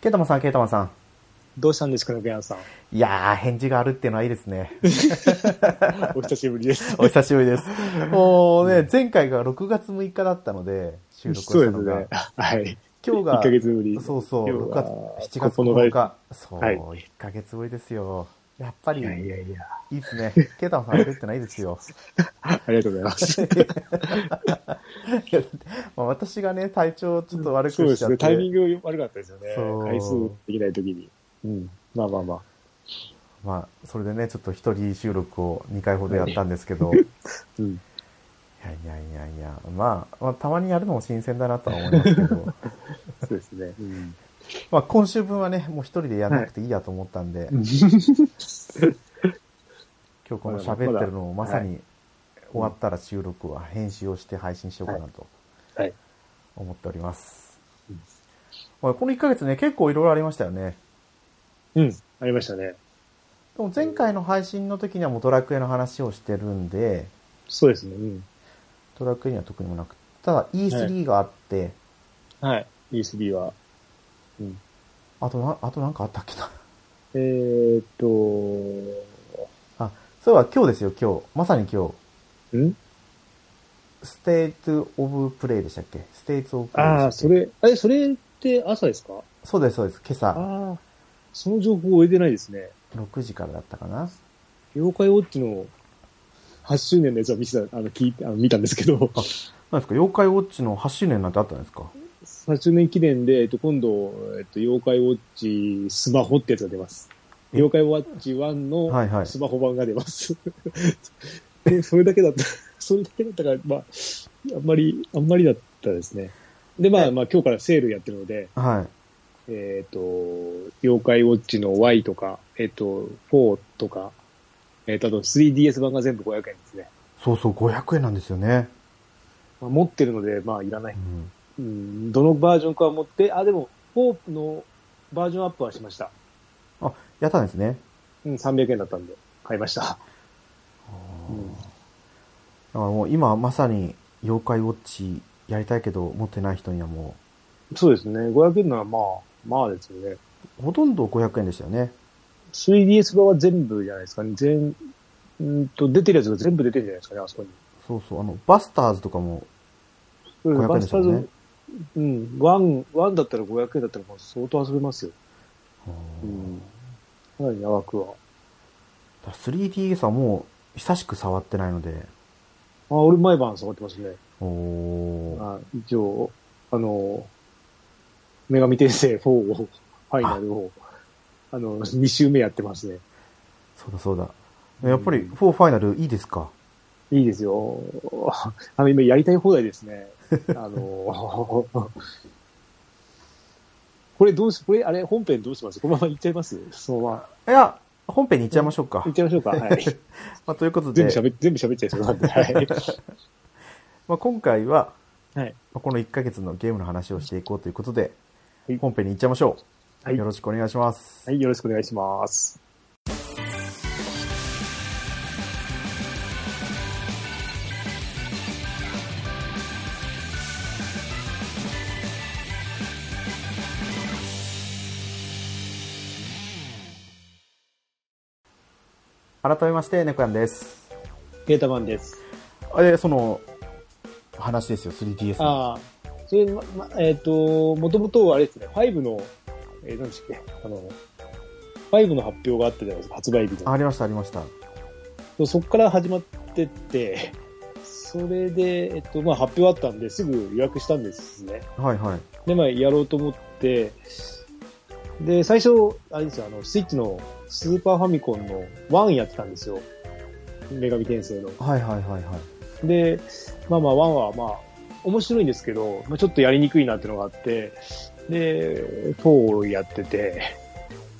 ケイタマンさん、ケイタマンさん。どうしたんですかね、ベアンさん。 いやー、返事があるっていうのはいいですね。お久しぶりです。お久しぶ りです。もうね、前回が6月6日だったので、収録をそうしでたすのが。ね。はい。今日が、 1ヶ月ぶり。そうそう、今日6が月、7月9 9日日。そう、はい1ヶ月ぶりですよ。やっぱり、いやいいやいや。いですね。ケイタマンさん、あるってないですよ。 ありがとうございます。 いやまあ私がね、体調ちょっと悪くしちそうゃって。ですね。タイミング悪かったですよねそう。回数できないときに。うん。まあまあまあ。まあ、それでね、ちょっと一人収録を2回ほどやったんです けど、いうん。やいやいやいや、まあ、まあ、たまにやるのも新鮮だなとは思いますけど、そうですね。うん。まあ、今週分はね、もう一人でやらなくていいやと思ったんで、 今日この喋ってるのをまさに終わったら収録は編集をして配信しようかなとはい。思っておりますうん。まあこの1ヶ月ね、結構いろいろありましたよね。うん。ありましたね。でも前回の配信の時にはもうドラクエの話をしてるんで、そうですね。うん。ドラクエには特にもなく、ただ E3 があって、はい。USB は。うん。あとな、あとなんかあったっけな。えーっと、あ、そういえば今日ですよ、今日。まさに今日。んステートオブプレイでしたっけステートオブプレイでしたっけああ、そ。れ、あれ、それって朝ですかそうです、そうです。今朝ああ、その情報を得てないですね。 6時からだったかな。妖怪ウォッチの8周年のやつは見せた、あの、聞いて、あの、見たんですけど、なんですか妖怪ウォッチの8周年なんてあったんですか8周年記念で、えっと、今度、えっと、妖怪ウォッチスマホってやつが出ます。え妖怪ウォッチ1はいはのいスマホ版が出ます。 えそれだけだった、それだけだったから、まあ、あんまり、あんまりだったですね。で、まあ、まあ、今日からセールやってるので、はい。えっ、と、妖怪ウォッチの Y とか、えっ、と、4とか、えっ、と、あと 3DS 版が全部500円ですね。そうそう、500円なんですよね。まあ、持ってるので、まあ、いらなうい。ん。うん、どのバージョンかは持って、あ、でも、4のバージョンアップはしました。やったんですね。うん、300円だったんで、買いました。 うんだからもう今まさに妖怪ウォッチやりたいけど持ってない人にはもそうですね。500円ならまあ、まあですよね。う、ほとんど500円でしたよね。 3DS 版は全部じゃないですかね。全、うんと、出てるやつが全部出てるんじゃないですかね、あそこに。そうそう、あの、バスターズとかも、うん500円バでスすタよーねズ、うん、ワン、ワンだったら500円だったらもう相当遊べますよ。うん。かなり長くは。だから 3DS はもう久しく触ってないので、あ、俺毎晩触ってますね。おーあ一応、あの、女神転生4を、ファイナルを、あの、2周目やってますね。そうだそうだ。やっぱり4ファイナルいいですかいいですよ。あの、今やりたい放題ですね。あの、これどうし、これ、あれ、本編どうしますこのままいっちゃいますそのまいま。や、本編に行っちゃいましょうかいっ。ちゃいましょうか。はい。まあ、ということで全部、喋っ、全部喋っちゃいそうなんで。はい。まあ、今回は、 はい。まあこの1ヶ月のゲームの話をしていこうということで、はい本編に行っちゃいましょう。はいよろしくお願いします。はい、よろしくお願いします。改めまして、猫やんです。ゲータマンです。え、その、話ですよ、3DS の。ああ、それ、ま、まえっ、と、もともとあれですね、5の、えー、何でしたっけ、あの、5の発表があったじゃないですか、発売日あの。ありました、ありました。そそっから始まってって、それで、えっ、と、まあ発表あったんで、すぐ予約したんですね。はいはい。で、まあやろうと思って、で、最初、あれですよ、あの、スイッチのスーパーファミコンの1やってたんですよ。女神転生の。はいはいはいはい。で、まあまあ、ワンはまあ、面白いんですけど、まあ、ちょっとやりにくいなってのがあって、で、4をやってて、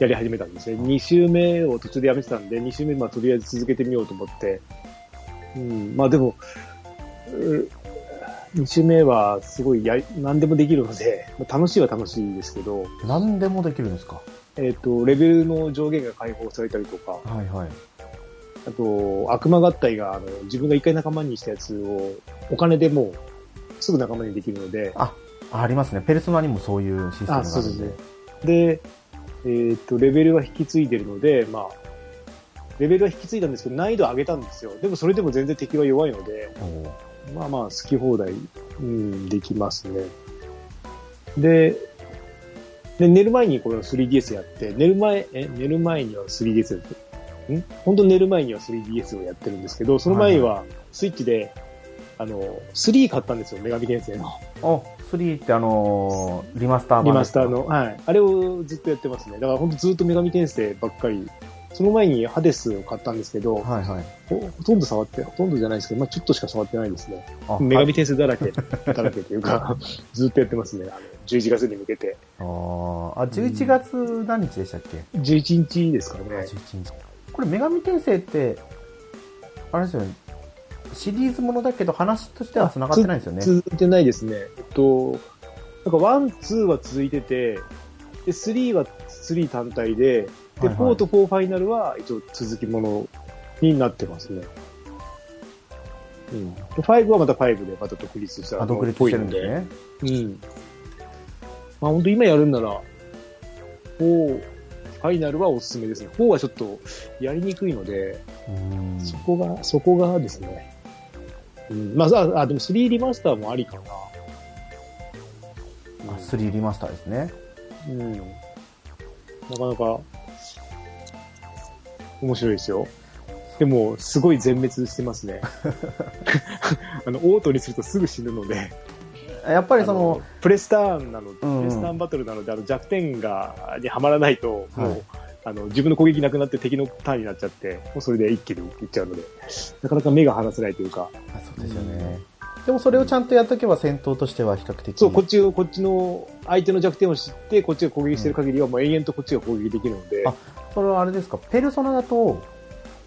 やり始めたんですね。2周目を途中でやめてたんで、2周目、まあ、とりあえず続けてみようと思って、うん、まあでも、2周目はすごいやり、何でもできるので、まあ楽しいは楽しいですけど、何でもできるんですかえっ、と、レベルの上限が解放されたりとか、はいはい。あと、悪魔合体が、あの、自分が一回仲間にしたやつを、お金でもう、すぐ仲間にできるので、あ、ありますね。ペルソナにもそういうシステムがあるんで。あそうそうで、えーっと、レベルは引き継いでるので、まあ、レベルは引き継いだんですけど、難易度は上げたんですよ。でもそれでも全然敵は弱いので、おーまあまあ、好き放題、うん、できますね。で、で寝る前にこれを 3DS やって、寝る前、え、寝る前には 3DS やって、ん本当寝る前には 3DS をやってるんですけど、その前はスイッチで、あの、3買ったんですよ、女神転生の。お、3ってあのーリマスター版リでマスすかターの。はい。あれをずっとやってますね。だから本当ずっと女神転生ばっかり。その前にハデスを買ったんですけど、はいはい。ほほとんど触って、ほとんどじゃないですけど、まあちょっとしか触ってないですね。あ女神転生だらけ、だらけというか、 ずっとやってますね。あの11月に向けて。あーあ、11月何日でしたっけ、 11日ですからあね。 11日。これ、女神転生って、あれですよね、シリーズものだけど話としては繋がってないんですよね。続いてないですね。えっと、なんかワン、ツーは続いてて、で、スリーはスリー単体で、はいで、はいフォーとフォーファイナルは一応続きものになってますね。うん。で、ファイブはまたファイブでまた独立したあ、独立してるんですねね。うん。まあ本当今やるんなら、4、ファイナルはおすすめですね。4はちょっとやりにくいので、うーんそこが、そこがですね。うん、まあ、あ、あでも3リマスターもありかな。あ、3リマスターですね。うん。うんなかなか、面白いですよ。でも、すごい全滅してます ね。あの、オートにするとすぐ死ぬので。やっぱりその、プレスターンなので、うんうんプレスターンバトルなのであの弱点がにはまらないと、もう、はいあの自分の攻撃なくなって敵のターンになっちゃって、もうそれで一気にいっちゃうので、なかなか目が離せないというか、あそうですよね。でもそれをちゃんとやっとけば戦闘としては比較的。そう、こっちを、こっちの相手の弱点を知って、こっちが攻撃してる限りは、もう延々とこっちが攻撃できるので、あそれはあれですか、ペルソナだと、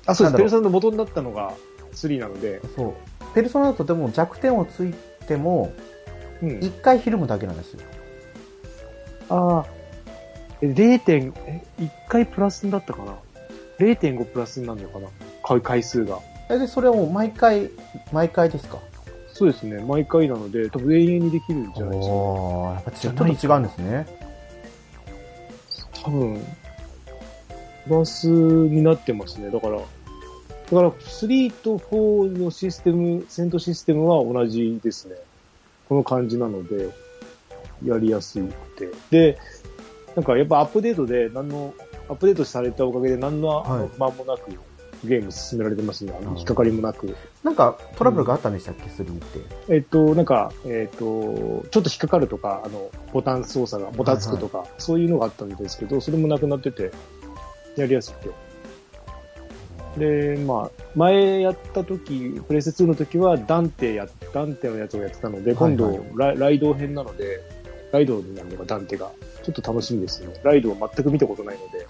あ、そうでなんだろうす、ペルさんの元になったのが3なので、そう、ペルソナだとでも弱点をついても、うん一回ひるむだけなんですよ。ああ、え0点、え、1回プラスになったかな ?0.5 プラスになるのかな回回数が。えで、それを毎回、毎回ですかそうですね、毎回なので、多分永遠にできるんじゃないですか。おーやっぱちょっじゃとな違いかうんですね。多分、プラスになってますね。だから、だから3と4のシステム、戦闘システムは同じですね。この感じなので、やりやすくて。で、なんかやっぱアップデートで、何の、アップデートされたおかげで何のはい不満もなく、ゲーム進められてますね。あのうん引っかかりもなく。なんかトラブルがあったんでしたっけ、3って。えっと、なんか、えっと、ちょっと引っかかるとか、あの、ボタン操作が、ボタつくとか、そういうのがあったんですけど、それもなくなってて、やりやすくて。で、まあ、前やった時、プレステ2の時は、ダンテや、ダンテのやつをやってたので、今はい度は、ラライド編なので、ライドになるのがダンテが、ちょっと楽しみですね。ライドを全く見たことないので、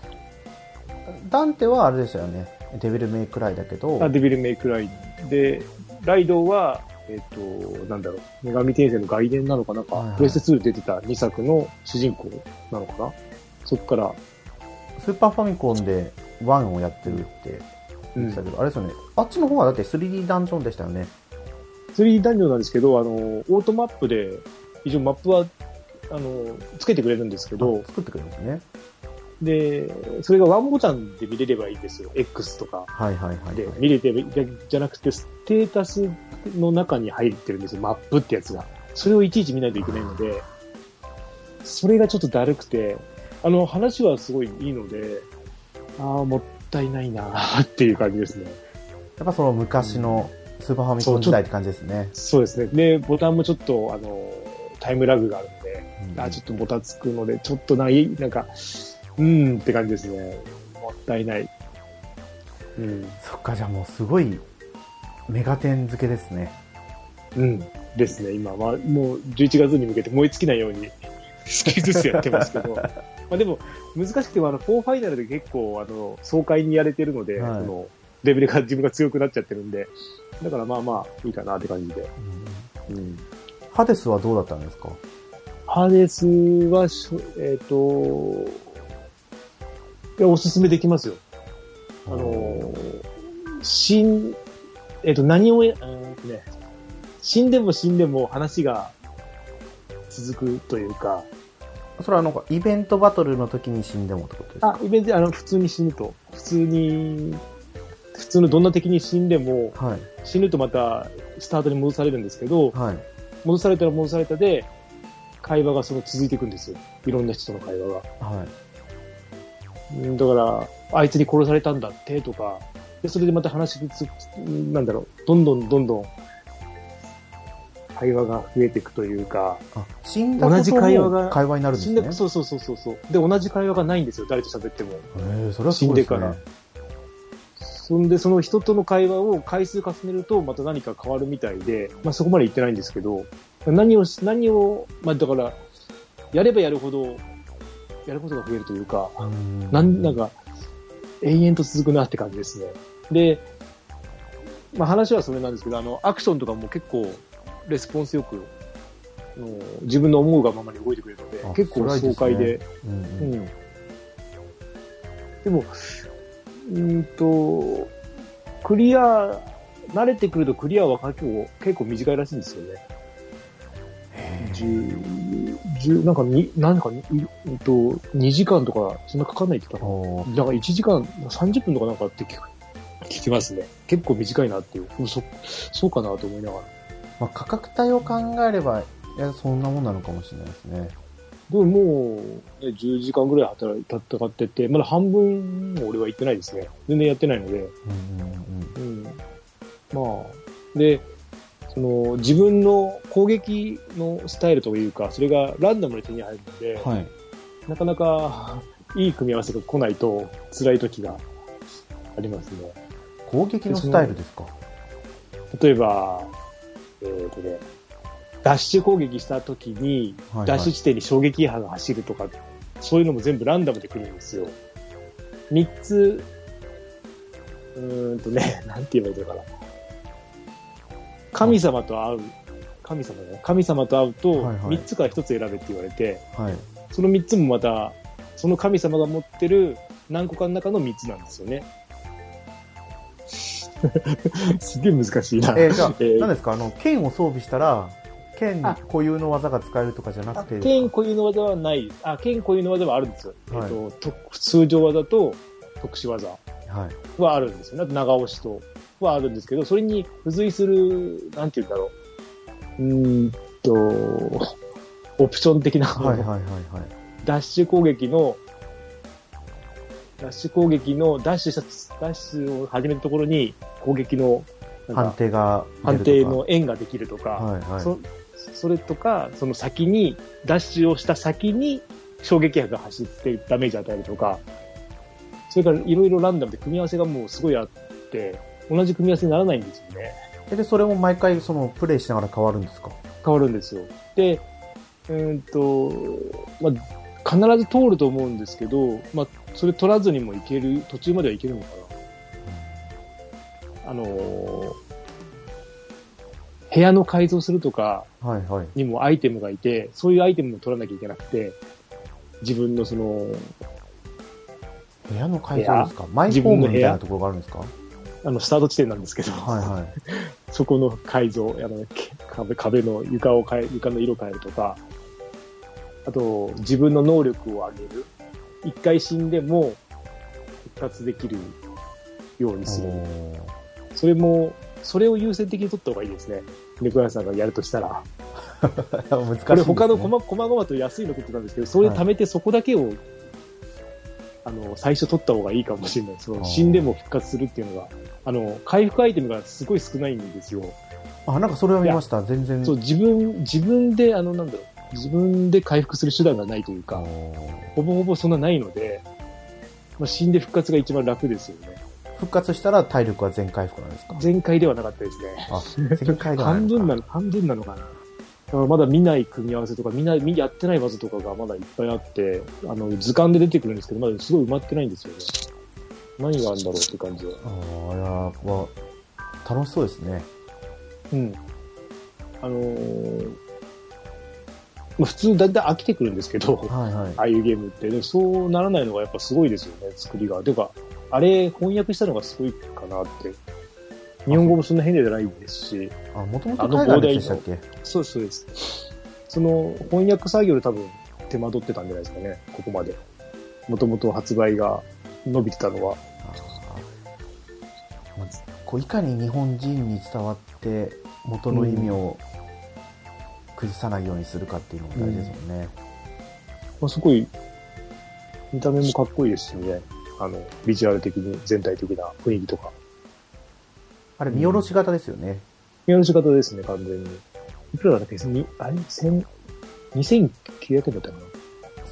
ダンテはあれでしたよね。デビルメイクライだけど、あデビルメイクライド。で、ライドは、えっ、と、なんだろう、女神転生の外伝なのかなんか、はいはいプレステ2で出てた2作の主人公なのかなそっから、スーパーファミコンで1をやってるってう言っんてた、けど、あれですよね。あっちの方はだって 3D ダンジョンでしたよね。 3ダンジョンなんですけど、あの、オートマップで、一応マップは、あの、つけてくれるんですけどあ、作ってくれるんですね。で、それがワンボタンで見れればいいんですよ。X とか。はいはいはい、では、い。見れてるじゃじゃなくて、ステータスの中に入ってるんですよ、マップってやつが。それをいちいち見ないといけないので、それがちょっとだるくて、あの、話はすごいいいので、ああ、もったいないなーっていう感じですね。やっぱその昔のスーパーファミコン時代って感じですね。そうですね。で、ボタンもちょっと、あの、タイムラグがあるので、うんあちょっとボタつくので、ちょっとない、なんか、うーんって感じですね。もったいない。うん。そっか、じゃあもうすごいメガテン付けですね。うん、ですね、今はもう11月に向けて燃え尽きないように少しずつやってます けど、まあでも難しくてもあの4ファイナルで結構あの爽快にやれてるので、はいそのレベルが自分が強くなっちゃってるんで、だからまあまあいいかなって感じで。うん、ハデスはどうだったんですかハーネスはしょ、えっ、と、いや、おすすめできますよ。あの、死ん、えっ、と、何をや、えーとね、死んでも死んでも話が続くというか、それはなんかイベントバトルの時に死んでもってことですかあ、イベントであの、普通に死ぬと。普通に、普通のどんな敵に死んでも、はい。死ぬとまたスタートに戻されるんですけど、はい。戻されたら戻されたで、会話がその続いていくんですよ。いろんな人との会話が。はい。うんだから、あいつに殺されたんだってとか、でそれでまた話がつ、うんなんだろう、どんどんどんどん、会話が増えていくというか、あ、死んだこと同じ会話がも会話になるんで死すんね。だそうそうそうそうそう。で、同じ会話がないんですよ、誰と喋っても。えーそれはすごいですね死んでからそんで、その人との会話を回数重ねると、また何か変わるみたいで、まあそこまで言ってないんですけど、何をし、何を、まあだから、やればやるほど、やることが増えるというか、うんなん、なんか、永遠と続くなって感じですね。で、まあ話はそれなんですけど、あの、アクションとかも結構、レスポンスよく、あの自分の思うがままに動いてくれるのであ、結構それはいいですね爽快で、うんううんん。でも、うーんと、クリア、慣れてくるとクリアは結構結構短いらしいんですよね。10、10なんかに、なんかに、うんと、2時間とか、そんなかかんないって言ったかな。おーなんか1時間30分とかなんかって聞く聞きますね。結構短いなっていう。でもそ、そうかなと思いながら。まあ、価格帯を考えれば、いや、そんなもんなのかもしれないですね。でももう、ね、10時間ぐらい働い戦ってて、まだ半分も俺は行ってないですね。全然やってないので。うんうんうんうん。まあ、で、その、自分の攻撃のスタイルというか、それがランダムで手に入るので、はい。なかなか、 いい組み合わせが来ないと、辛い時がありますね。攻撃のスタイルですか。例えば、えーとね、ダッシュ攻撃した時に、はいはいダッシュ地点に衝撃波が走るとか、そういうのも全部ランダムで来るんですよ。三つ、うーんとね、 なんて言えばいいのかな。神様と会う、神様ね、神様と会うとはいは、い三つから一つ選べって言われて、はい。その三つもまた、その神様が持ってる何個かの中の三つなんですよね。 すげえ難しいな。えーじゃあ、えー何ですかあの、剣を装備したら、剣あ固有の技が使えるとかじゃなあくて、剣固有の技はない。あ、剣固有の技はあるんですよ。はいえっと、と通常技と特殊技はい。はあるんですよね。あと長押しとはあるんですけど、それに付随する、なんて言うんだろう。うーんと、オプション的な、はいはいはいはい。ダッシュ攻撃の、ダッシュ攻撃の、ダッシュした、ダッシュを始めたところに、攻撃の、なん判か定が出判るとか定の円ができるとか、はいはいそそれとか、その先に、ダッシュをした先に、衝撃波が走ってダメージ与えるとか、それからいろいろランダムで組み合わせがもうすごいあって、同じ組み合わせにならないんですよね。えでそれも毎回そのプレイしながら変わるんですか変わるんですよ。で、うーんと、まあ、必ず通ると思うんですけど、まあ、それ取らずにも行ける、途中までは行けるのかな。あのー部屋の改造するとかはいはいにもアイテムがいて、そういうアイテムも取らなきゃいけなくて、自分のその、部屋の改造ですかマイホームみたいなところがあるんですかあの、スタート地点なんですけど、はいはいそこの改造、あのけ壁壁の床を変え、床の色変えるとか、あと、自分の能力を上げる。一回死んでも、復活できるようにする。おーそれも、それを優先的に取った方がいいですね。猫屋さんがやるとしたら。 難しいですねこれ他の細々細々と安いの取ってたんですけど、それ貯めてそこだけを、あの、最初取った方がいいかもしれない。そあのー死んでも復活するっていうのが、あの、回復アイテムがすごい少ないんですよ。あなんかそれを見ました全然そう、自分、自分で、あの、なんだろう、自分で回復する手段がないというか、おーほぼほぼそんなないので、まあ、死んで復活が一番楽ですよね。復活したら体力は全回復なんですか全開ではなかったですね。あ全回復半分のなの、半分なのかな。だからまだ見ない組み合わせとか、見ない、見やってない技とかがまだいっぱいあって、あの、図鑑で出てくるんですけど、まだすごい埋まってないんですよね。何があるんだろうって感じは。あーいやーわ楽しそうですねうん。あのーまあ、普通だんだん飽きてくるんですけど、はいはいああいうゲームって。でもそうならないのがやっぱすごいですよね、作りが。てか、あれ翻訳したのがすごいかなって。日本語もそんな変じゃないですし。あもともと海外のやつでしたっけそうです、そうです。その翻訳作業で多分、手間取ってたんじゃないですかね、ここまで。もともと発売が伸びてたのは。まあこういかに日本人に伝わって元の意味を崩さないようにするかっていうのも大事ですもんね。まあ、すごい、見た目もかっこいいですしね。あの、ビジュアル的に全体的な雰囲気とか。あれ見下ろし型ですよね。見下ろし方ですね、完全に。いくらだったっけにあれ千2900円だったかな。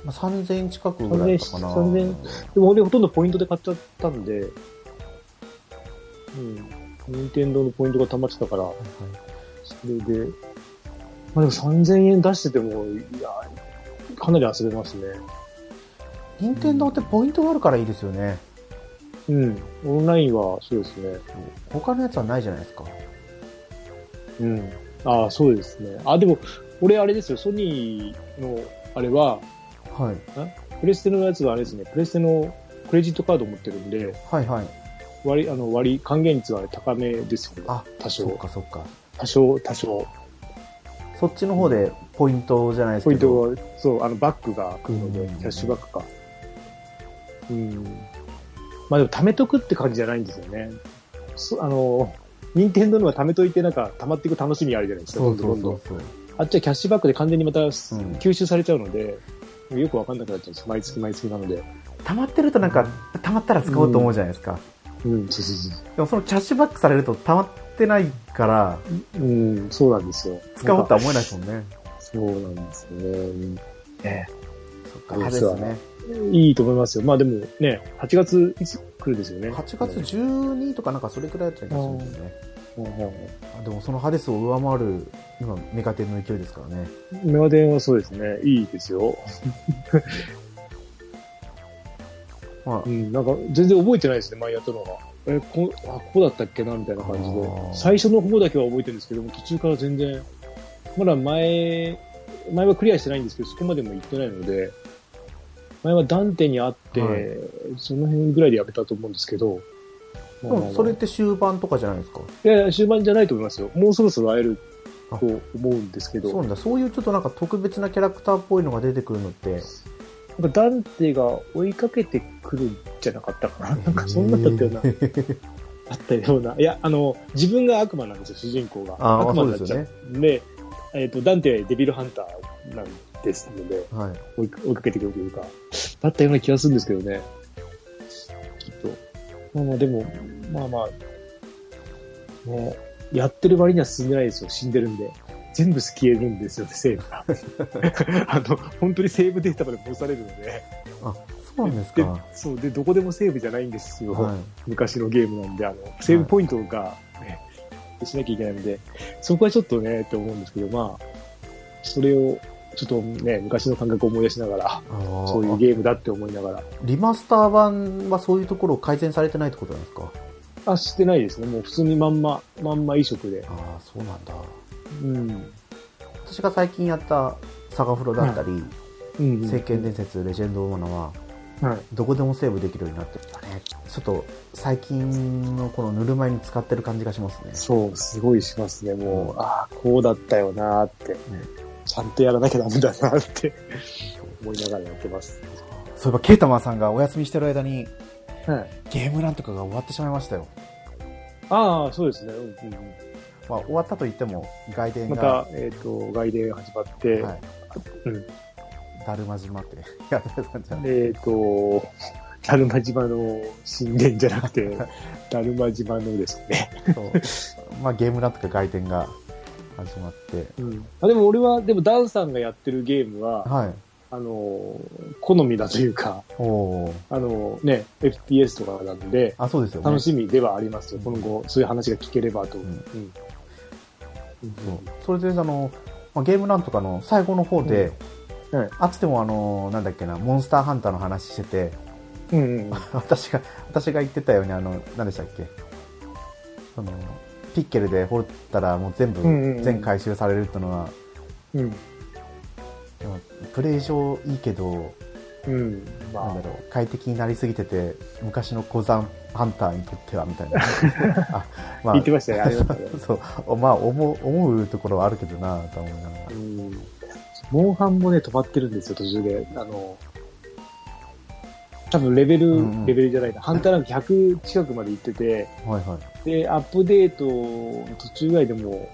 まあ、3000円近くぐらいだったかな。 3000円でも俺ほとんどポイントで買っちゃったんで、うん。任天堂のポイントが溜まってたから、それで、まあでも3000円出してても、いや、かなり焦れますね。任天堂ってポイントがあるからいいですよね。うん。オンラインはそうですね。他のやつはないじゃないですか。はうん。ああ、そうですね。あ、でも、俺あれですよ、ソニーの、あれは、い。プレステのやつはあれですね、プレステのクレジットカード持ってるんで、はいはい。割り、あの、割り、還元率は高めですよね。あ、多そっ少。かそっか。多少、多少。そっちの方でポイントじゃないですポイけンど。トは、そう、あの、バックが来るのうでん、キャッシュバックか。うん。まあでも、貯めとくって感じじゃないんですよね。そあの、任天堂のは貯めといて、なんか、溜まっていく楽しみあるじゃないですか。そうそどんうどそんどんうそう。あっちはキャッシュバックで完全にまた吸収されちゃうので、もうよくわかんなくなっちゃうんです。毎月毎月なので。溜まってるとなんか、溜まったら使おうと思うじゃないですか。うん、そうそうそでもそのキャッシュバックされると溜まってないから、う。うん、そうなんですよ。使おうとはな思んかえないですもんね。そうなんですねうん。ねそっか、そう派でですすわね。いいと思いますよ。まあでもね、8月いつ来るですよね。 8月12とかなんかそれくらいだった気がするんですよね。うんあでもそのハデスを上回る、今、メガテンの勢いですからね。メガデンはそうですね。いいですよ。まあう、ん、なんか全然覚えてないですね、前やったのが。え、こ、あ、ここだったっけなみたいな感じであ。ー最初の方だけは覚えてるんですけども、途中から全然、まだ前、前はクリアしてないんですけど、そこまでも行ってないので、前はダンテにあって、はいその辺ぐらいでやめたと思うんですけど、でもそれって終盤とかじゃないですか。いやいや、終盤じゃないと思いますよ。もうそろそろ会えるとあ思うんですけど、そうななんだ。そういうちょっとなんか特別なキャラクターっぽいのが出てくるのって、んかダンテが追いかけてくるんじゃなかったかな。なんかそんなだったよ うな、あったような。いや、あの、自分が悪魔なんですよ、主人公が。あー悪魔になっちゃそううで。でえっ、と、ダンテはデビルハンターなんですので、はい。追い追いかけてくるというか、だったような気がするんですけどね。きっと。まあまあ、でも、まあまあ、ね、やってる割には進んでないですよ。死んでるんで。全部消えるんですよね、セーブが。 あの、本当にセーブデータまで戻されるので。あ、そうなんですでか。そう、で、どこでもセーブじゃないんですよ。はい。昔のゲームなんで、あの、セーブポイントが、ねしなきゃいけないので、そこはちょっとね、って思うんですけど、まあ、それを、ちょっとね、昔の感覚を思い出しながら、あーそういうゲームだって思いながら、リマスター版はそういうところを改善されてないってことなんですかあ、してないですね。もう普通にまんま、まんま移植で。ああ、そうなんだ。うん。私が最近やったサガフロだったり、うん、聖剣伝説、レジェンドオーナーは、はい。どこでもセーブできるようになってきたね。ちょっと、最近のこのぬるま湯に使ってる感じがしますね。そう、すごいしますね。うもう、ああ、こうだったよなーって、ちゃんとやらなきゃダメだなーって思いながらやってます。そういえば、ケイタマンさんがお休みしてる間に、はい。ゲームなんとかが終わってしまいましたよ。ああ、そうですね。うんうんうんまあ、終わったと言っても、外伝まが、た、えっ、と、外伝が始まって、はい。うんだるま島って、 やってたんじゃないえっ、と、 だるま島の神殿じゃなく て、だるま島のですね。そうまあ、ゲームなんとか外伝が始まって、あでも俺は、でもダンさんがやってるゲームは、はい。あの、好みだというか、 おーあの、ね、FPS とかなんで、あ、そうですよね。楽しみではありますよ。今後、そういう話が聞ければと。んうんそうそれであの、まあ、ゲームなんとかの最後の方で、うんはいあっつてもあのなんだっけなモンスターハンターの話してて うんうん。私が私が言ってたようにあの何でしたっけそのピッケルで掘ったらもう全部うんうんうん全回収されるってのは、うん。でもプレイ上いいけどうん。まなんだあ、ろう快適になりすぎてて昔の鉱山ハンターにとってはみたいなあ、ま言ってましたね。ありましたね。 そうまあ思う思うところはあるけどなとは思いながらうんモンハンもね、止まってるんですよ、途中で。あの、多分レベル、うんうんレベルじゃないな、ハンターランク100近くまで行ってて、はいはい。で、アップデートの途中ぐらいでも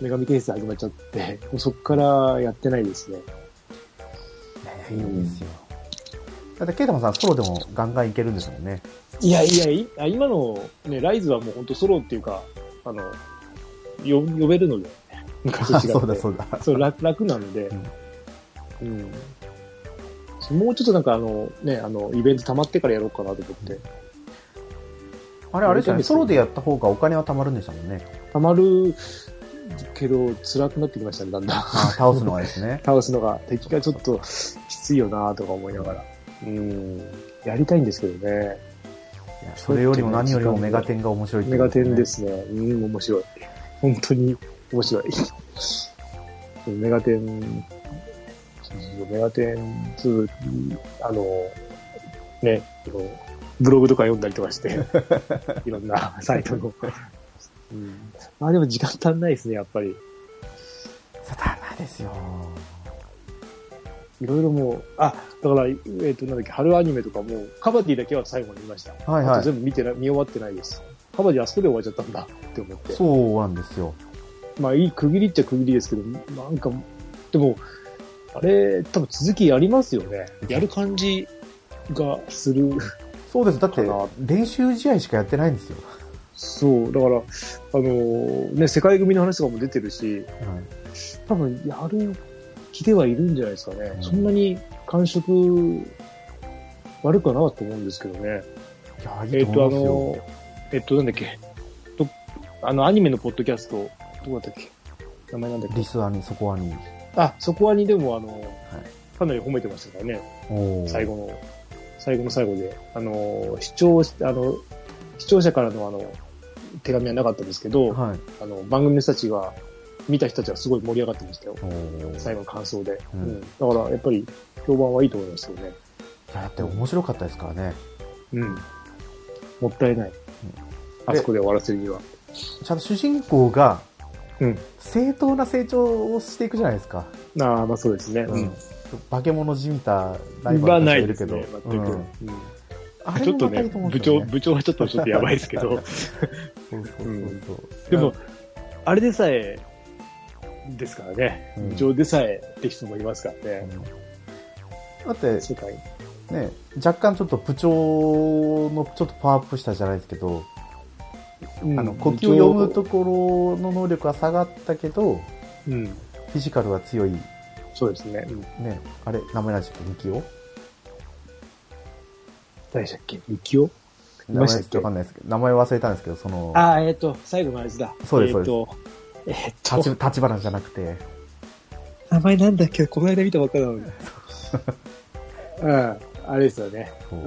う、女神転生始まっちゃって、もうそこからやってないですね。いいんですよ。だって、ケイタマンさん、ソロでもガンガンいけるんですもんね。いやいやいあ、今のね、ライズはもう本当ソロっていうか、あの、よ呼べるので、昔と違って。 そうだそうだ。そう楽楽なので、うんもうちょっとなんかあの、ね、あのイベント溜まってからやろうかなと思って、あれ、あれじゃないソロでやった方がお金は貯まるんでしたもんね。溜まるけど、辛くなってきましたね、だんだん。あ倒すの はですね。倒すのが、敵がちょっときついよなとか思いながら、うん、やりたいんですけどね、いやそれよりも何よりもメガテンが面白いってメことガテンですすね、うん、面白い。本当に面白い。 メガテン、そうそうメガテン2、あの、ね、あのブログとか読んだりとかして、いろんなサイトの。うん、まあでも時間足んないですね、やっぱり。ね。サタナですよ。いろいろもう、あ、だから、えっ、と、なんだっけ、春アニメとかも、カバディだけは最後に見ました。はいあはとい。全部見てな、見終わってないです。カバディあそこで終わっちゃったんだって思って。そうなんですよ。まあいい区切りっちゃ区切りですけど、なんか、でも、あれ、多分続きやりますよね。やる感じがする。そうです。だってかな、練習試合しかやってないんですよ。そう。だから、あのーね、世界組の話とかも出てるし、はい多分やる気ではいるんじゃないですかね。うんそんなに感触悪くはなかったと思うんですけどね。いや、いえいっとと、あ思いますよ。の、えっと、なんだっけ。とあの、アニメのポッドキャスト、どうだったっけ名前なんだっけリスアニ、そこアニ。あ、そこはにでも、あの、かなり褒めてましたからね。おー最。後の、最後の最後で、あの、視聴、あの、視聴者からのあの、手紙はなかったんですけど、はい。あの、番組の人たちが、見た人たちはすごい盛り上がってましたよ。おー最後の感想で。ううんん。だから、やっぱり、評判はいいと思いますよね。いや、だって面白かったですからね。うん。もったいない。あそこで終わらせるには。ちゃんと主人公が、うん正当な成長をしていくじゃないですか。ああ、まあそうですね。うん。化け物じみたライバはルたなちがいいでるけすど。ね。全く。うんうんあれちょもっとまたねいいと思うん部ですよ長、ね。部長はちょ っとちょっとやばいですけど、そうそうそうそうでも、、あれでさえ、ですからね。うん部長でさえって人もいますからうね。んだって、世界。ね、若干ちょっと部長のちょっとパワーアップしたじゃないですけど、あの呼吸を読むところの能力は下がったけど、部長。うん。フィジカルは強い、ね、そうですね。うん。あれ、名前なんでしたっけ、ミキオ誰でしたっけミキオい名ま前したっけわかんないですけど、名前忘れたんですけど、その、ああ、えっ、と、最後のあれだ。そうですえっ、と、えっ、立ちと、立花じゃなくて、名前なんだっけこの間見たばっかなのに。うん。あれですよね。そあ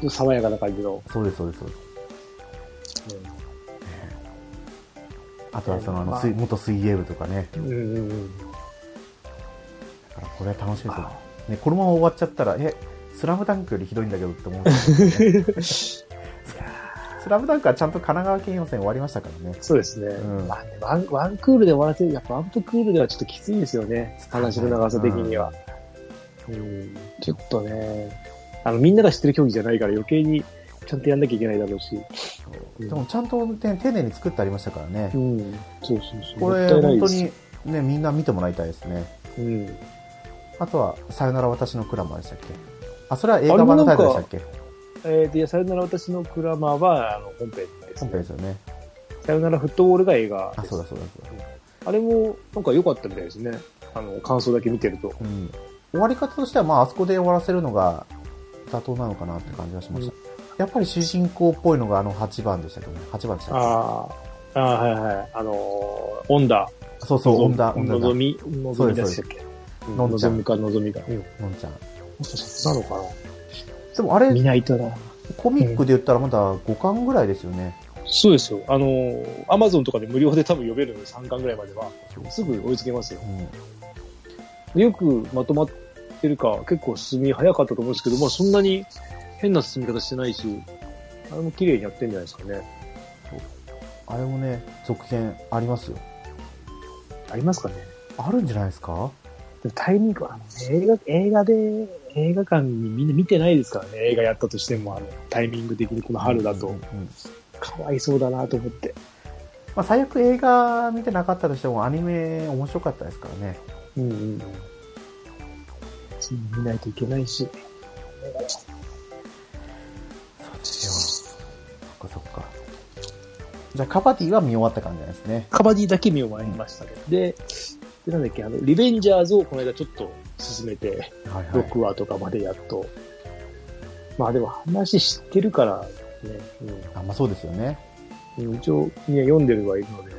うの、爽やかな感じの。そうです、そうです、そうです。うんあとはその、あまの、あ水元水泳部とかね、うんうんうん。だからこれは楽しいですよあ。ね、このまま終わっちゃったら、え、スラムダンクよりひどいんだけどって思うんですよね スラムダンクはちゃんと神奈川県予選終わりましたからね。そうですね。うんまあねワン、ワンクールで終わらせる、やっぱワンプクールではちょっときついですよね。話の長さ的には。うん、ちょっとね、あの、みんなが知ってる競技じゃないから余計にちゃんとやんなきゃいけないだろうし。でもちゃんと、ね、丁寧に作ってありましたからねう。ん。そうそうそう。これも本ったいない当ですにね、みんな見てもらいたいですね。うん。あとは、さよなら私のクラマーでしたっけあ、それは映画版のタイトルでしたっけえっ、と、いや、さよなら私のクラマーは、あの、本編です、本ね。編ですよね。さよならフットボールが映画あ、です。そうだそうだそうだ。あれも、なんか良かったみたいですね。あの、感想だけ見てると。うん。終わり方としては、まあ、あそこで終わらせるのが妥当なのかなって感じがしました。やっぱり主人公っぽいのがあの8番でしたけどね。8番でしたっああ、ああー、はいはい。あのー、オンダ。けそうそう、女だ、女のだぞ。み、のぞみでしたっけののんちゃぞんみかのぞみか。うん。のんちゃん。そうなのかでもあれな見、ないとな。コミックで言ったらまだ5巻ぐらいですよね。そうですよ。あのー、アマゾンとかで無料で多分読めるので3巻ぐらいまではそう、すぐ追いつけますよう。ん。よくまとまってるか、結構進み早かったと思うんですけど、まあそんなに変な進み方してないし、あれも綺麗にやってんじゃないですかね。あれもね、続編ありますよ。ありますかね。あるんじゃないですかでもタイミングは、あの映画、映画で、映画館にみんな見てないですからね、映画やったとしても、あの、タイミング的にこの春だうとん、かわいそうだなと思って。まあ、最悪映画見てなかったとしてもアニメ面白かったですからねうんうんうん。次見ないといけないそし。っちはそっかそっかじゃあカバディは見終わった感じなんですねカバディだけ見終わりましたね。で、でなんだっけ、あの、リベンジャーズをこの間ちょっと進めて、はいはい6話とかまでやっと。まあでも話知ってるから、ね、あまあそうですよねうん。一応、ね、読んでるはいるので。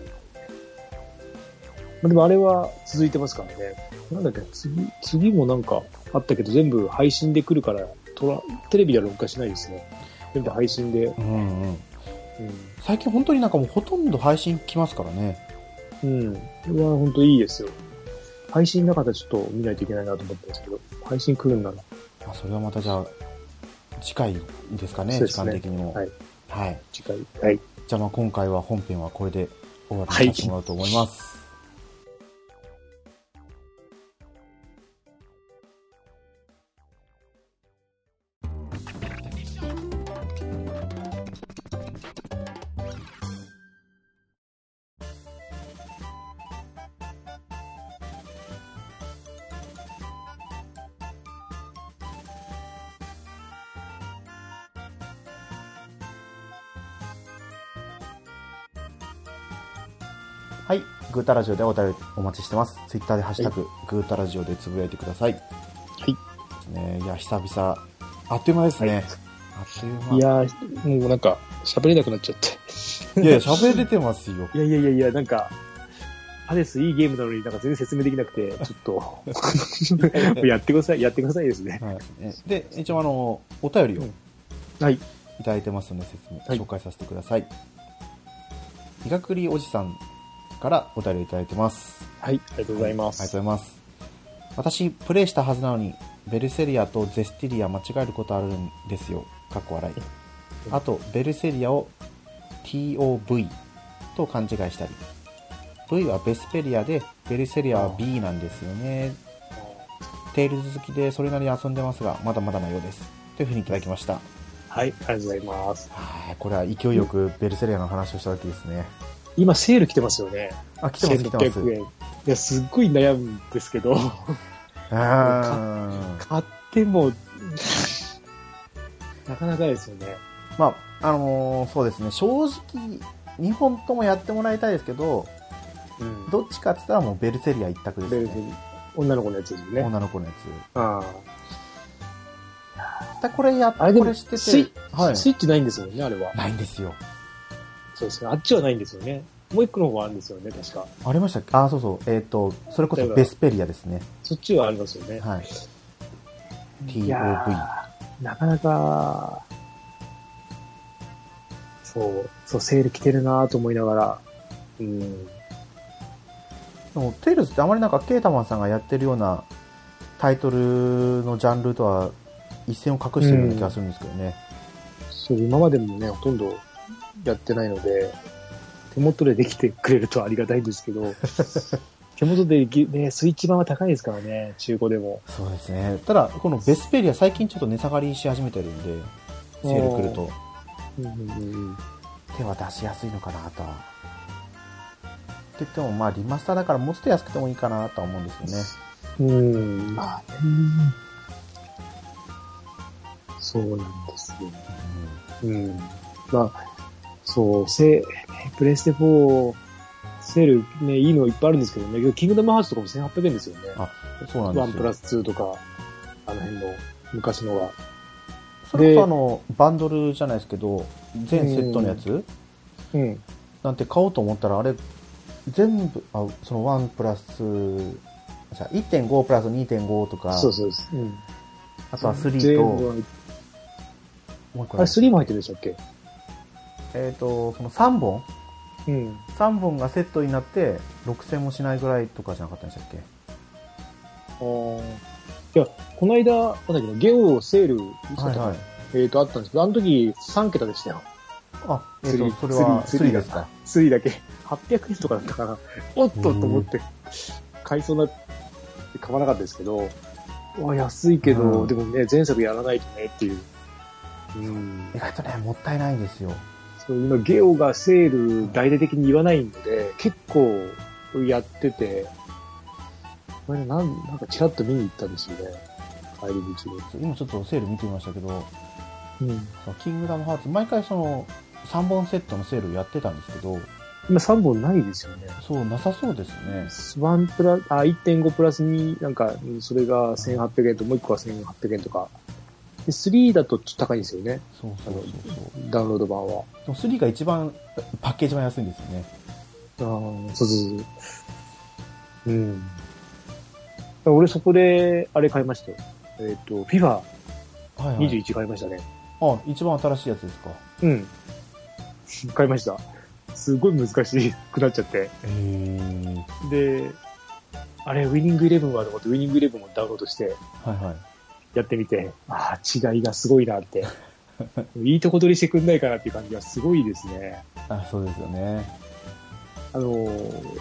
まあでもあれは続いてますからね。なんだっけ、次、次もなんかあったけど、全部配信で来るから、とらテレビでは録画しないですね。全部配信で。うんうんうん最近本当になんかもうほとんど配信来ますからねうん。これは本当いいですよ。配信なかったらちょっと見ないといけないなと思ったんですけど、配信来るんなら。あそれはまたじゃあ近いですかねそうで時す間ね的にもはい、はい次回。はい。じゃあまあ今回は本編はこれで終わりにさせてもらおうと思います、はい、グータラジオでお便りお待ちしてます。ツイッターでハッシュタグ、グータラジオでつぶやいてください。はい。ね、いや、久々、あっという間ですね。はいあっという間。いいや、やー、もうなんか、喋れなくなっちゃって。いや、喋れてます よ。いやいやいやいや、なんか、パレスいいゲームなのになんか全然説明できなくて、ちょっ と、やってください、やってくださいですね。はい、えで、一応あの、お便りをうんはい。いただいてますので、説明、はい紹介させてください。日がくりおじさんからお便りをいただいてます。はい、ありがとうございます。ありがとうございます。私、プレイしたはずなのに、ベルセリアとゼスティリア間違えることあるんですよ。かっこ笑い。あと、ベルセリアを TOV と勘違いしたり。V はベスペリアで、ベルセリアは B なんですよね。テイルズ好きでそれなりに遊んでますが、まだまだなようです。というふうにいただきました。はい、ありがとうございます。はい、これは勢いよくベルセリアの話をしたわけですね。今、セール来てますよね。あ、来てます、来てます。 1600円。いや、すっごい悩むんです けど、うん。買っても、なかなかですよね。まあ、あのーそうですね、正直、2本ともやってもらいたいですけど、うんどっちかって言ったらもうベルセリア一択ですベね。ルセリ女の子のやつですね。女の子のやあつ。だこれやっあれでこもれしてスイて、はスイッチないんですもんね、あれは。い。ないんですよ。そうですね。あっちはないんですよね。もう一個の方はあるんですよね、確か。ありましたっけあ、そうそう。えっ、と、それこそベスペリアですね。そっちはありますよね。はい。いや TOV。ーなかなか、そう、そう、セール来てるなーと思いながら、うん。でも、テイルズってあまりなんか、ケータマンさんがやってるようなタイトルのジャンルとは一線を画してるような気がするんですけどね。そう、今までもね、ほとんどやってないので、手元でできてくれるとありがたいんです けど、手元ででき、ね、スイッチ版は高いですからね、中古でも。そうですね。ただ、このベスペリア、最近ちょっと値下がりし始めてるんで、セール来ると。うんうんうんうん手は出しやすいのかなとは。って言っても、まあ、リマスターだからもうちょっと安くてもいいかなとは思うんですよね。うん、まあね。そうなんですよ。うん。まあ、そう、せ、プレステ4、セール、ね、いいのいっぱいあるんですけどね、けどキングダムハーツとかも1800円ですよね。うん、そうな1んですプよラ。ス2とか、あの辺の、昔のが。それこそあの、バンドルじゃないですけど、全セットのやつうん。なんて買おうと思ったら、あれ、全部、あその1プラス2、じゃあ1.5プラス2.5とか、そうそうです。うん。あとは3全と、部もはう一個あなれ、んです3も入ってるでしたっけえっ、と、その3本うん。 3本がセットになって、6000もしないぐらいとかじゃなかったんでしたっけあーいや、この間、なんだっけな、ゲオセール、はいはい。えっと、あったんですけど、あの時3桁でしたよ。あ、えっ、 3と、それは3 3ですか。 3だけ。800円とかだったかな。おっとと思って、買いそうになって買わなかったですけど、うわ安いけど、うんでもね、前作やらないとねっていう。うん意。外とね、もったいないんですよ。そう今、ゲオがセール大々的に言わないので、結構やってて、これなん、なんかチラッと見に行ったんですよね。帰り道に。今ちょっとセール見てみましたけど、うん。そのキングダムハーツ、毎回その3本セットのセールやってたんですけど、今3本ないですよね。そう、なさそうですね。 1プラあ1.5プラス2、なんか、うんそれが1800円と、もう1個は1800円とか。で、3だとちょっと高いんですよね。そうそうそうそう。ダウンロード版は。でも3が一番、パッケージも安いんですよね。ああ、そうそうそう。うん。俺そこで、あれ買いましたよ。えっ、と、FIFA21 はい、はい。買いましたね。あ、一番新しいやつですか。うん。 買いました。すごい 難しくなっちゃって。えー、で、あれ、ウィニングイレブンはと思って、ウィニングイレブンもダウンロードして、はいはい。やってみて、ああ、違いがすごいなって。 いいとこ取りしてくんないかなっていう感じがすごいですね。あ、そうですよね。あのー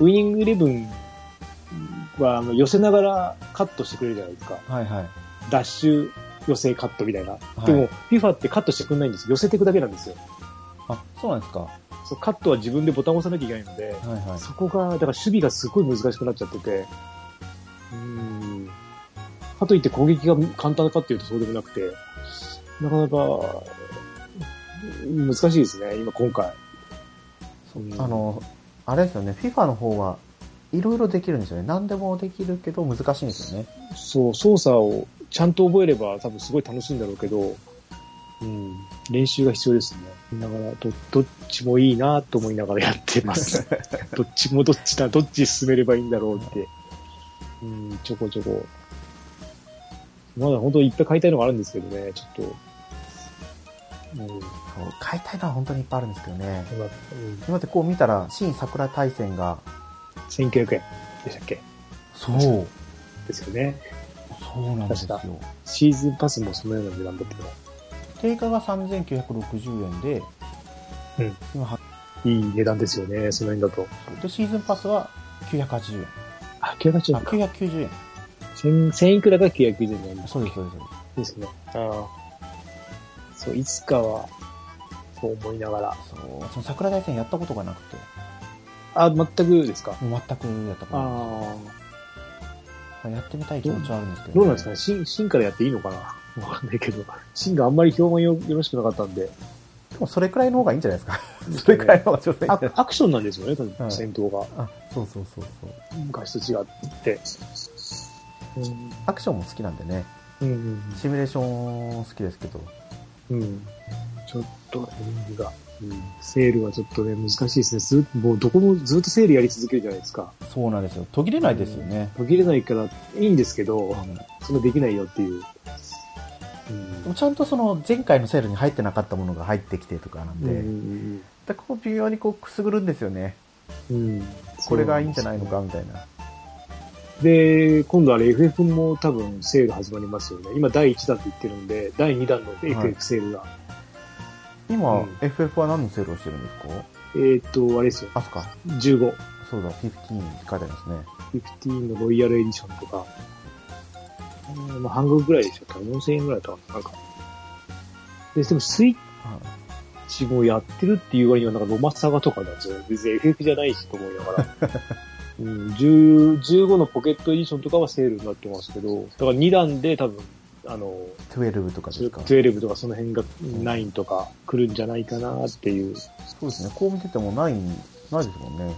ウィニングイレブンはあの寄せながらカットしてくれるじゃないですか。はいはい。ダッシュ寄せカットみたいな。いでも、FIFA ってカットしてくんないんですよ。寄せていくだけなんですよ。あ、そうなんですか。はそうカットは自分でボタンを押さなきゃいけないので、いはい。そこが、だから守備がすごい難しくなっちゃってて、うーん。かといって攻撃が簡単かっていうとそうでもなくて、なかなか、うん難しいですね、今今回。うんあの、あれですよね、FIFA の方はいろいろできるんですよね。何でもできるけど難しいんですよね。そう、操作をちゃんと覚えれば多分すごい楽しいんだろうけど、うん、練習が必要ですね。だから、ど、どっちもいいなと思いながらやってます。どっちもどっちだ、どっち進めればいいんだろうって。うん、ちょこちょこ。まだ本当いっぱい買いたいのがあるんですけどね、ちょっと。うん、そう買いたいのは本当にいっぱいあるんですけどね。今、うん、今ってこう見たら、新桜大戦が、 1900円でしたっけそうう、ですよね。そうなんですよ。シーズンパスもそのような値段だったか定価が3960円で、うん今はら、いい値段ですよね、その辺だと。で、シーズンパスは980円。あ、980あ、円か。 990円。 1000 1000いくらが990円になりますそうです、そうです。そうですね。ああ。そう、いつかは、そう思いながら。ですそう。その桜大戦やったことがなくて、あ、全くですか。もう全くやったことないああ。まあやってみたい気持ちはあるんですけど、どうなんですかね芯、芯からやっていいのかなわかんないけど。芯があんまり評判よよろしくなかったんで。でもそれくらいの方がいいんじゃないですか。それくらいの方がちょうどいいんあじゃないアクションなんですよね、多分はい戦闘が。あ、そうそうそうそう。昔と違って。うアクションも好きなんでね、ん。うん。シミュレーション好きですけど、うん。ちょっと、リングが。うん、セールはちょっとね、難しいですね。ずもうどこもずっとセールやり続けるじゃないですか。そうなんですよ。途切れないですよね。途切れないからいいんですけうど、んでそんなできないよっていう。うんもちゃんとその前回のセールに入ってなかったものが入ってきてとかなんうで、んだからここ微妙にこうくすぐるんですよね。うん、これがいいんじゃないのかみたいな。で、今度あれ FF も多分セール始まりますよね。今第1弾って言ってるんで、第2弾の FF セールが。今、うん FF は何のセールをしてるんですかえっ、と、あれですよ。あ、そっか。 15。そうだ、15って書いてありますね。 15のロイヤルエディションとか。うんまあ、半額ぐらいでしょ。多分4000円ぐらいだったかな。なんか。で、でもスイッチもやってるっていう割にはなんかロマサガとかなんですよね。別に FF じゃないしと思いながら。 うん、10 15のポケットエディションとかはセールになってますけど、だから2段で多分、あの、 12とかですか。そ12とかその辺が9とか来るんじゃないかなっていう。うですね。こう見ててもない、ないですもんね。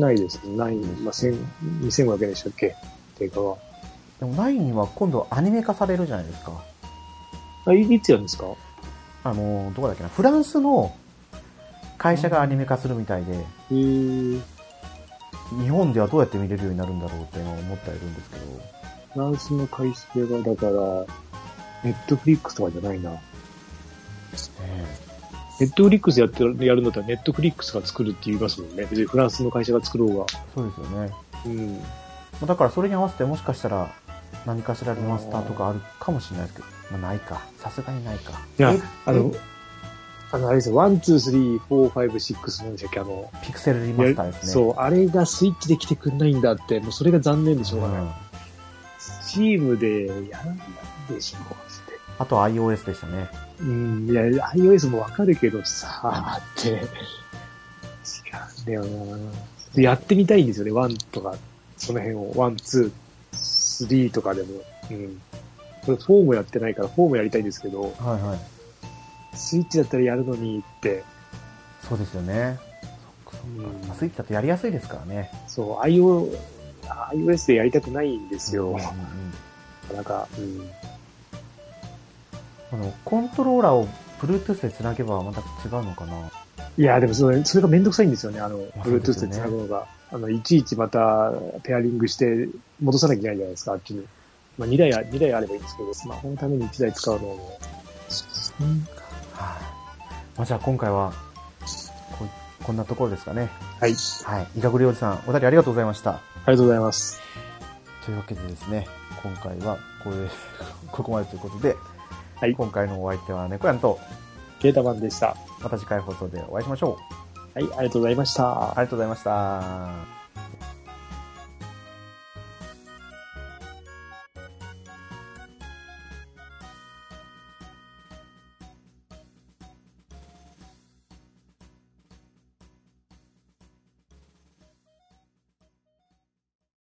ないですね。ない、まあ、1000 2500円でしたっけ定価は。でも9には今度アニメ化されるじゃないですか。あ、いいつやるんですかあの、どこだっけな、フランスの会社がアニメ化するみたいで、へー日本ではどうやって見れるようになるんだろうって今思ってはいるんですけど、フランスの会社が、だから、ネットフリックスとかじゃないな。ネットフリックスやってるやるんだったらネットフリックスが作るって言いますもんね。別にフランスの会社が作ろうが。そうですよね。うん。まあだからそれに合わせてもしかしたら何かしらリマスターとかあるかもしれないですけど、まあ、ないか。さすがにないか。いやえ、あの、あの、あれですよ、ワン、ツー、スリー、フォー、ファイブ、シックスなんでしたっけ、あの、ピクセルリマスターですね。そう、あれがスイッチで来てくんないんだって、もうそれが残念でしょうがない。んチームでやらないでしょうあと iOS でしたね。って。うん、いや、iOS もわかるけどさ、って、違うんだよなやってみたいんですよね、ワンとか、その辺を、ワン、ツー、スリーとかでも。うん。これフォーもやってないから、フォーもやりたいんですけど、はいはい。スイッチだったらやるのにって、そうですよね。うんまあスイッチだとやりやすいですからね。そう、IO、iOS でやりたくないんですうんようん。なんか、うん。うん、あのコントローラーを Bluetooth で繋げばまた違うのかな。いや、でもそれ、それがめんどくさいんですよね、あの、まあそうですよ Bluetooth でね繋ぐのが。あの、いちいちまた、ペアリングして、戻さなきゃいけないじゃないですか、あっちに。まあ、2台あ、2台あればいいんですけど、スマホのために1台使うのも。はい、まあ、じゃあ今回はここんなところですかね。はい。ありはい。医学料理さん、お便りありがとうございました。がとうございます。というわけでですね、今回はこれ ここまでということで、はい今回のお相手は猫やんと、ゲータマンでした。はまた次回放送でお会いしましょう。い、ありがとうございました。ありがとうございました。